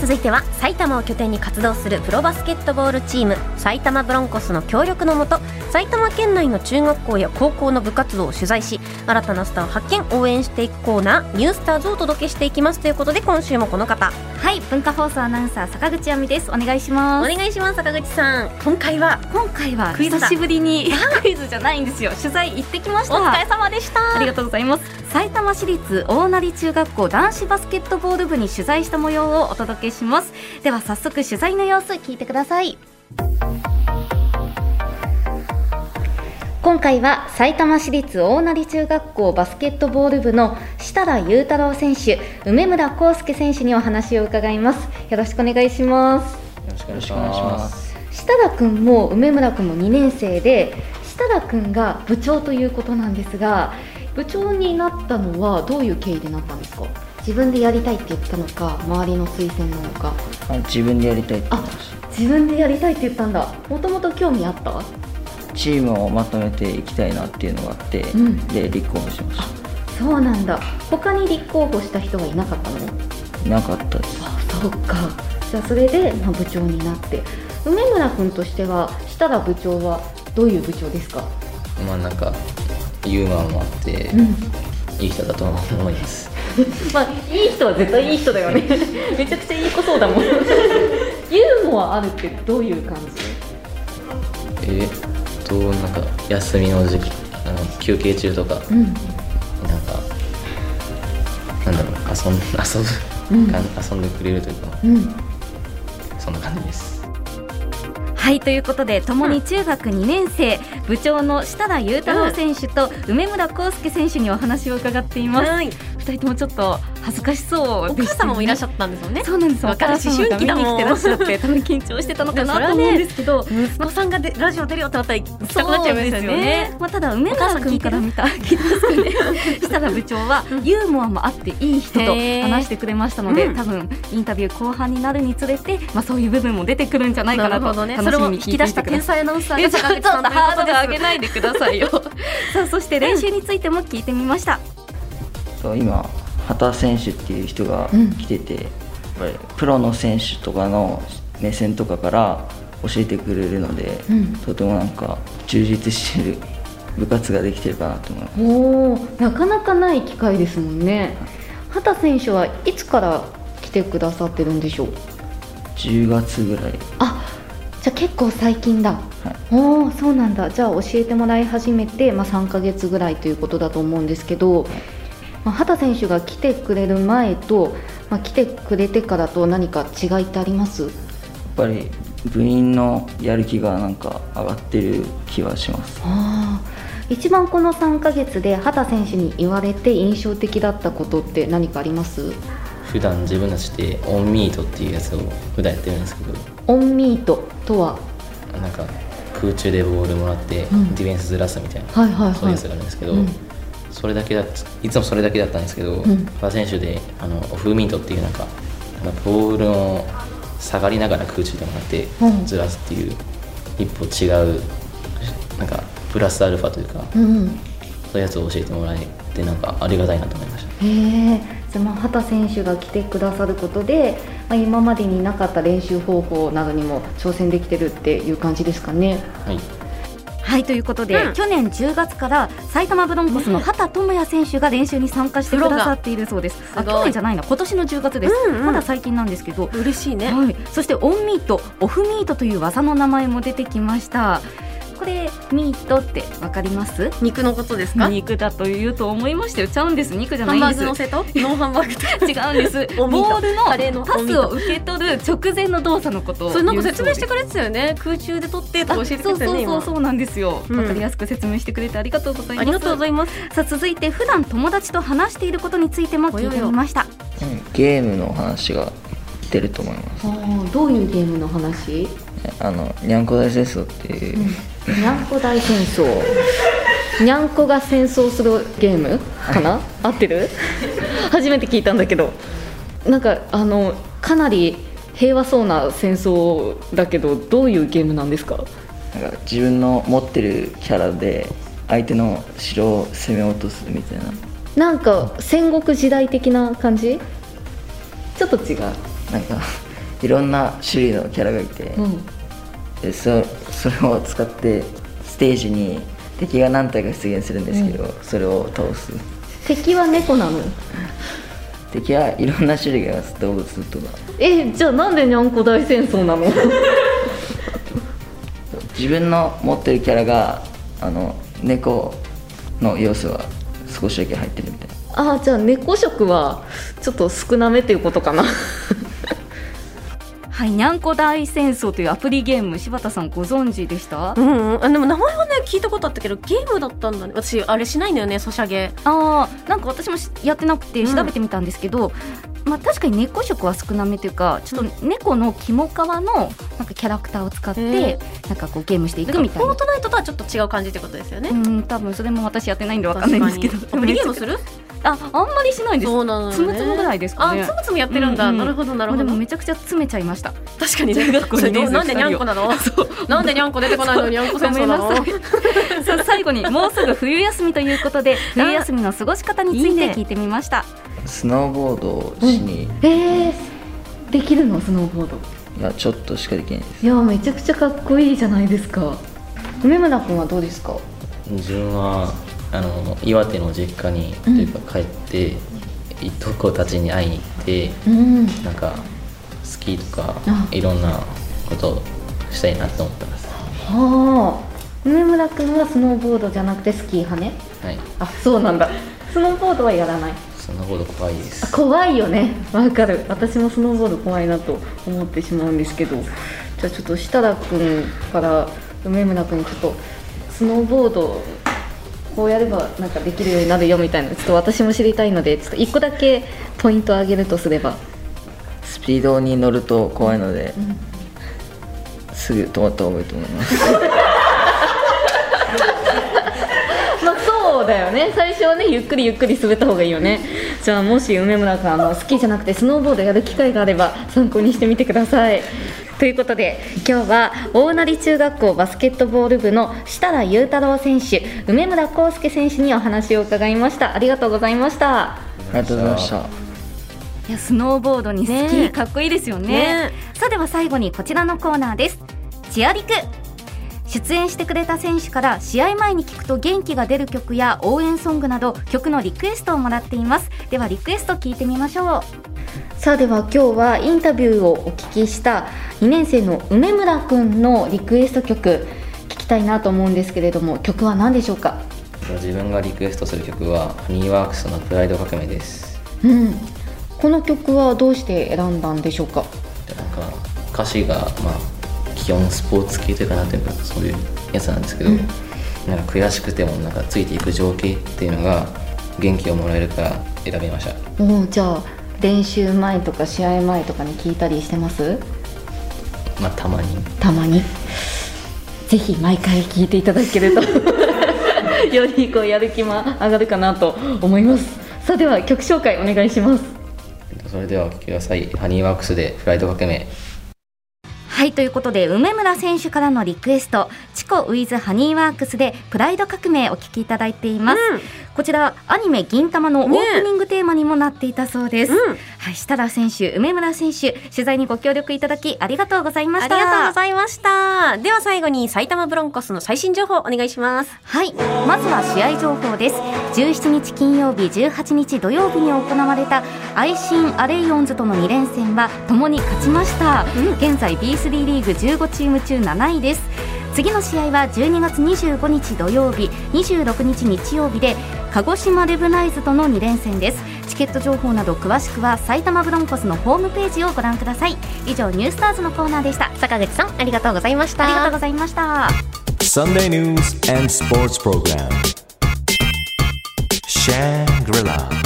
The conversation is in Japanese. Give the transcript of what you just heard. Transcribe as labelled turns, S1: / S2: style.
S1: 続いては埼玉を拠点に活動するプロバスケットボールチーム埼玉ブロンコスの協力のもと埼玉県内の中学校や高校の部活動を取材し新たなスターを発見応援していくコーナー「ニュースターズ」をお届けしていきますということで今週もこの方
S2: はい文化放送アナウンサー坂口亜美ですお願いし
S1: お
S2: ます
S1: 願いします坂口さん今回は
S2: 今回は
S1: クイズだ
S2: 久しぶりにクイズじゃないんですよ取材行ってきまし
S1: お
S2: た
S1: 疲れ様でした
S2: ありがとうございます埼玉市立大成中学校男子バスケットボール部に取材した模様をお届けしますでは早速取材の様子聞いてください今回は埼玉市立大成中学校バスケットボール部の設楽雄太郎選手梅村康介選手にお話を伺いますよろしくお願いします
S3: よろしくお願いします。
S2: 設楽君も梅村君も2年生で設楽君が部長ということなんですが部長になったのはどういう経緯でなったんですか自分でやりたいって言ったのか周りの推薦なのか
S3: あ自分でやりたいって言ってまし
S2: 自分でやりたいって言ったんだもともと興味あった
S3: たチームをまとめていきたいなっていうのがあって、
S2: うん
S3: で立候補しまし
S2: そうなんだ他に立候補した人はいなかったの
S3: た。なかったです。
S2: あそうかじゃあそれで、まあ、部長になって梅村君としては設楽部長はどういう部長ですか
S4: まあなんかユーモアもあって、
S2: うん
S4: いい人だと思います
S2: まあ、いい人は絶対いい人だよねめちゃくちゃいい子そうだもんユーモアあるってどういう感じ
S4: えっとなんか休みの時期あの休憩中とか
S2: うん
S4: なんかなんだろう遊ん遊ぶ、
S2: うん
S4: かん遊んでくれるというか
S2: うん
S4: そんな感じです
S5: はいということで共に中学2年生、部長の設楽雄太郎選手と梅村康介選手にお話を伺っています、
S1: はい
S5: 二人ともちょっと恥ずかしそう
S1: お
S5: で
S1: 母
S5: したね
S1: 様もいらっしゃったんですよね
S5: そうなんです
S1: わかる
S5: お母
S1: 思
S5: 様が
S1: 春期だもん
S5: 見に来てらっしゃって多分緊張してたの
S1: で
S5: か
S1: もそれ
S5: な
S1: は
S5: と
S1: ね
S5: 思うんですけど
S1: 息子さんがでラジオ出るよってなったら行きたくなっちゃいますよね
S5: そうですよまあ、ただ梅村君から見た聞いてますかね 設楽部長はユーモアもあっていい人と
S1: へー
S5: 話してくれましたので、
S1: うん
S5: 多分インタビュー後半になるにつれて、まあ、そういう部分も出てくるんじゃない
S1: な
S5: かな
S1: る
S5: と
S1: ほどねそ
S5: 楽
S1: れ
S5: しみ
S1: も
S5: に
S1: 引
S5: 聞
S1: き
S5: いて
S1: 出
S5: い
S1: してた
S5: くだ
S1: 天
S5: さい
S1: 才アナウンサー
S5: い
S1: が
S5: やちょっと
S1: 坂口さんという
S5: ハー
S1: こ
S5: ド
S1: と
S5: で
S1: です
S5: 上げないでくださいよさ あそして練習についても聞いてみました、
S3: と今畑選手っていう人が来てて、やっぱりプロの選手とかの目線とかから教えてくれるので、とてもなんか充実してる部活ができてるかなと思います。
S2: おおなかなかない機会ですもんね畑選手はいつから来てくださってるんでしょう
S3: 10月ぐらい
S2: あじゃあ結構最近だ、おおそうなんだじゃあ教えてもらい始めて、まあ、3ヶ月ぐらいということだと思うんですけど、まあ、畑選手が来てくれる前と、まあ、来てくれてからと何か違いってあります
S3: やっぱり部員のやる気がなんか上がってる気はします。
S2: あー一番この3ヶ月で畑選手に言われて印象的だったことって何かあります
S4: 普段自分たちでオンミートっていうやつを普段やってるんですけど
S2: オンミートとは
S4: なんか空中でボールもらってデ
S2: ん
S4: ィフェンスずらすみたいな、
S2: はいはい
S4: そういうやつ
S2: は
S4: があるんですけど、
S2: うん
S4: それだけだいつもそれだけだったんですけど、
S2: ん
S4: 原選手であのオフミートっていうなんかあのボールを下がりながら空中でもらって
S2: うん
S4: ずらすっていう、一歩違うなんかプラスアルファというか、
S2: い、うん、
S4: そういうやつを教えてもらえてなんかありがたいなと思いました。
S2: へえじゃあまあ畑選手が来てくださることで、まあ、今までになかった練習方法などにも挑戦できてるっていう感じですかね
S4: はい
S5: はいということで、
S1: うん
S5: 去年10月から埼玉ブロンコスの畑智也選手が練習に参加してくださっているそうです
S1: プロがすごい
S5: あ去年じゃないな今年の10月です、
S1: うんうん
S5: まだ最近なんですけど
S1: 嬉しいね
S5: はい、そしてオンミート、オフミートという技の名前も出てきました。これミートってわかります？
S1: 肉のことですか
S5: 肉だというと思いましたよ。ちゃうんです。肉じゃ
S1: ハ
S5: な
S1: ンバ
S5: い
S1: ー
S5: ん
S1: グ
S5: で
S1: の
S5: す。
S1: せとノンハンバーグと
S5: 違うんです。
S1: オンミート
S5: ボール
S1: カレーの
S5: の
S1: オ
S5: パ
S1: ンミー
S5: ス
S1: ト
S5: を受け取る直前の動作のこと を
S1: それなんか説明して
S5: く
S1: くれてたよね空中で撮ってと
S5: あ
S1: か教
S5: そ
S1: え
S5: う
S1: てくれ
S5: そう
S1: てたよね
S5: そ
S1: 今
S5: うそうなんですよ。わ、
S1: うん
S5: かりやすく説明してくれてありがとうございます。
S1: ありがとうござ
S5: い
S1: います
S5: ます。さあ続いて普段友達と話していることについても聞いてみました。
S3: ゲームの話が出ると思います。
S2: ああどういうゲームの話
S3: あのにゃんこ大戦争っていう、
S2: にゃんこ大戦争にゃんこが戦争するゲームかな、合ってる 初めて聞いたんだけどなんかあのかなり平和そうな戦争だけどどういうゲームなんですか
S3: なんか自分の持ってるキャラで相手の城を攻め落とすみたいな
S2: なんか戦国時代的な感じちょっと違う
S3: なんかいろんな種類のキャラがいて、
S2: うん
S3: でそそれを使ってステージに敵が何体か出現するんですけど、それを倒す
S2: 敵は猫なの
S3: 敵はいろんな種類がいます動物とか
S2: えじゃあなんでにゃんこ大戦争なの
S3: 自分の持ってるキャラがあの猫の要素が少しだけ入ってるみたいな
S2: ああじゃあ猫色はちょっと少なめ っていうことかな
S5: はい、にゃんこ大戦争というアプリゲーム柴田さんご存知でした、あ
S1: うんうんあでも名前はね聞いたことあったけどゲームだったんだね私あれしないんだよねソシャゲ
S5: あーなんか私もしやってなくて
S1: うん
S5: 調べてみたんですけど、まあ、確かに猫色は少なめというかちょっと猫の肝皮のなんかキャラクターを使って、
S1: へ
S5: なんかこうゲームしてい
S1: だ
S5: く
S1: から
S5: みたい
S1: フォ
S5: な
S1: ー。トナイトとはちょっと違う感じってことですよね、
S5: うん多分それも私やってないんでわかんないん ですけど
S1: 確かにアプリゲームする
S5: ああんまりしないんです
S1: そうなのよね
S5: つむつむぐらいですかね
S1: あつむつむやってるんだ、
S5: うんうん
S1: なるほどなる
S5: まあ
S1: ほ
S5: で
S1: ど
S5: もめちゃくちゃ詰めちゃいました
S1: 確かにね
S5: 中学校
S1: それどう
S5: 二年生
S1: なんでにゃんこな のなんでにゃんこ出てこないのにゃんこ戦
S5: ご
S1: 争
S5: めん
S1: な
S5: な
S1: の
S5: さいさあ 最後にもうすぐ冬休みということで冬休みの過ごし方につ
S1: いい
S5: い
S1: ね
S5: て聞いてみました
S3: スノーボードをしに、
S2: えー、できるのスノーボード
S3: いやちょっとしかできないです
S2: いやめちゃくちゃかっこいいじゃないですか梅村君はどうですか
S4: 自分はあの岩手の実家にというか帰って、いとこたちに会いに行って
S2: うん
S4: なんかスキーとか
S2: あ
S4: いろんなことをしたいなと思ってます
S2: はあ梅村君はスノーボードじゃなくてスキー派ね
S4: はい
S2: あそうなんだスノーボードはやらない
S4: そんなこと怖いです
S2: 怖いよねわかる私もスノーボード怖いなと思ってしまうんですけどじゃあちょっと設楽君から梅村君ちょっとスノーボードこうやればなんかできるようになるよみたいなちょっと私も知りたいのでちょっと1個だけポイントをあげるとすれば
S3: スピードに乗ると怖いので、すぐ止まった方がいいと思います
S2: まあそうだよね最初はねゆっくりゆっくり滑った方がいいよねじゃあもし梅村さんあのスキーじゃなくてスノーボードやる機会があれば参考にしてみてくださいということで今日は大成中学校バスケットボール部の設楽雄太郎選手梅村康介選手にお話を伺いましたありがとうございました
S3: ありがとうございました
S5: いやスノーボードにスキー、
S1: ねえ
S5: かっこいいですよね
S1: ね
S5: さあでは最後にこちらのコーナーですチアリク出演してくれた選手から試合前に聞くと元気が出る曲や応援ソングなど曲のリクエストをもらっていますではリクエスト聞いてみましょう
S2: さあでは今日はインタビューをお聞きした2年生の梅村くんのリクエスト曲聞きたいなと思うんですけれども曲は何でしょうか
S4: 自分がリクエストする曲はハニーワークスの「プライド革命」です
S2: うんこの曲はどうして選んだんでしょうか
S4: なんか歌詞がまあ基本スポーツ系というかなんていうかそういうやつなんですけど、なんか悔しくてもなんかついていく情景っていうのが元気をもらえるから選びました
S2: もうじゃあ練習前とか試合前とかに聞いたりしてます
S4: まあたまに
S2: たまにぜひ毎回聞いていただけるとよりこうやる気も上がるかなと思いますさあでは曲紹介お願いします
S4: それではお聴きくださいハニーワークスで「プライド革命」
S5: はいということで梅村選手からのリクエスト「チコウィズハニーワークス」で「プライド革命」お聞きいただいています、
S1: うん
S5: こちらアニメ「銀魂」のオープニングテーマにもなっていたそうです、
S1: うん
S5: はい設楽選手梅村選手取材にご協力いただきありがとうございま
S1: あ
S5: し
S1: り
S5: た
S1: がとうございましたでは最後に埼玉ブロンコスの最新情報お願いします
S5: はい、まずは試合情報です。17日金曜日、18日土曜日に行われたアイシンアレイオンズとの2連戦は共に勝ちました。現在 B3 リーグ15チーム中7位です。次の試合は12月25日土曜日、26日日曜日で鹿児島レブナイズとの2連戦です。チケット情報など詳しくは埼玉ブロンコスのホームページをご覧ください。以上ニュースターズのコーナーでした。
S1: 坂口さんありがとうございました
S5: ありがとうございました。
S6: Sunday news and sports program. Shangri-La.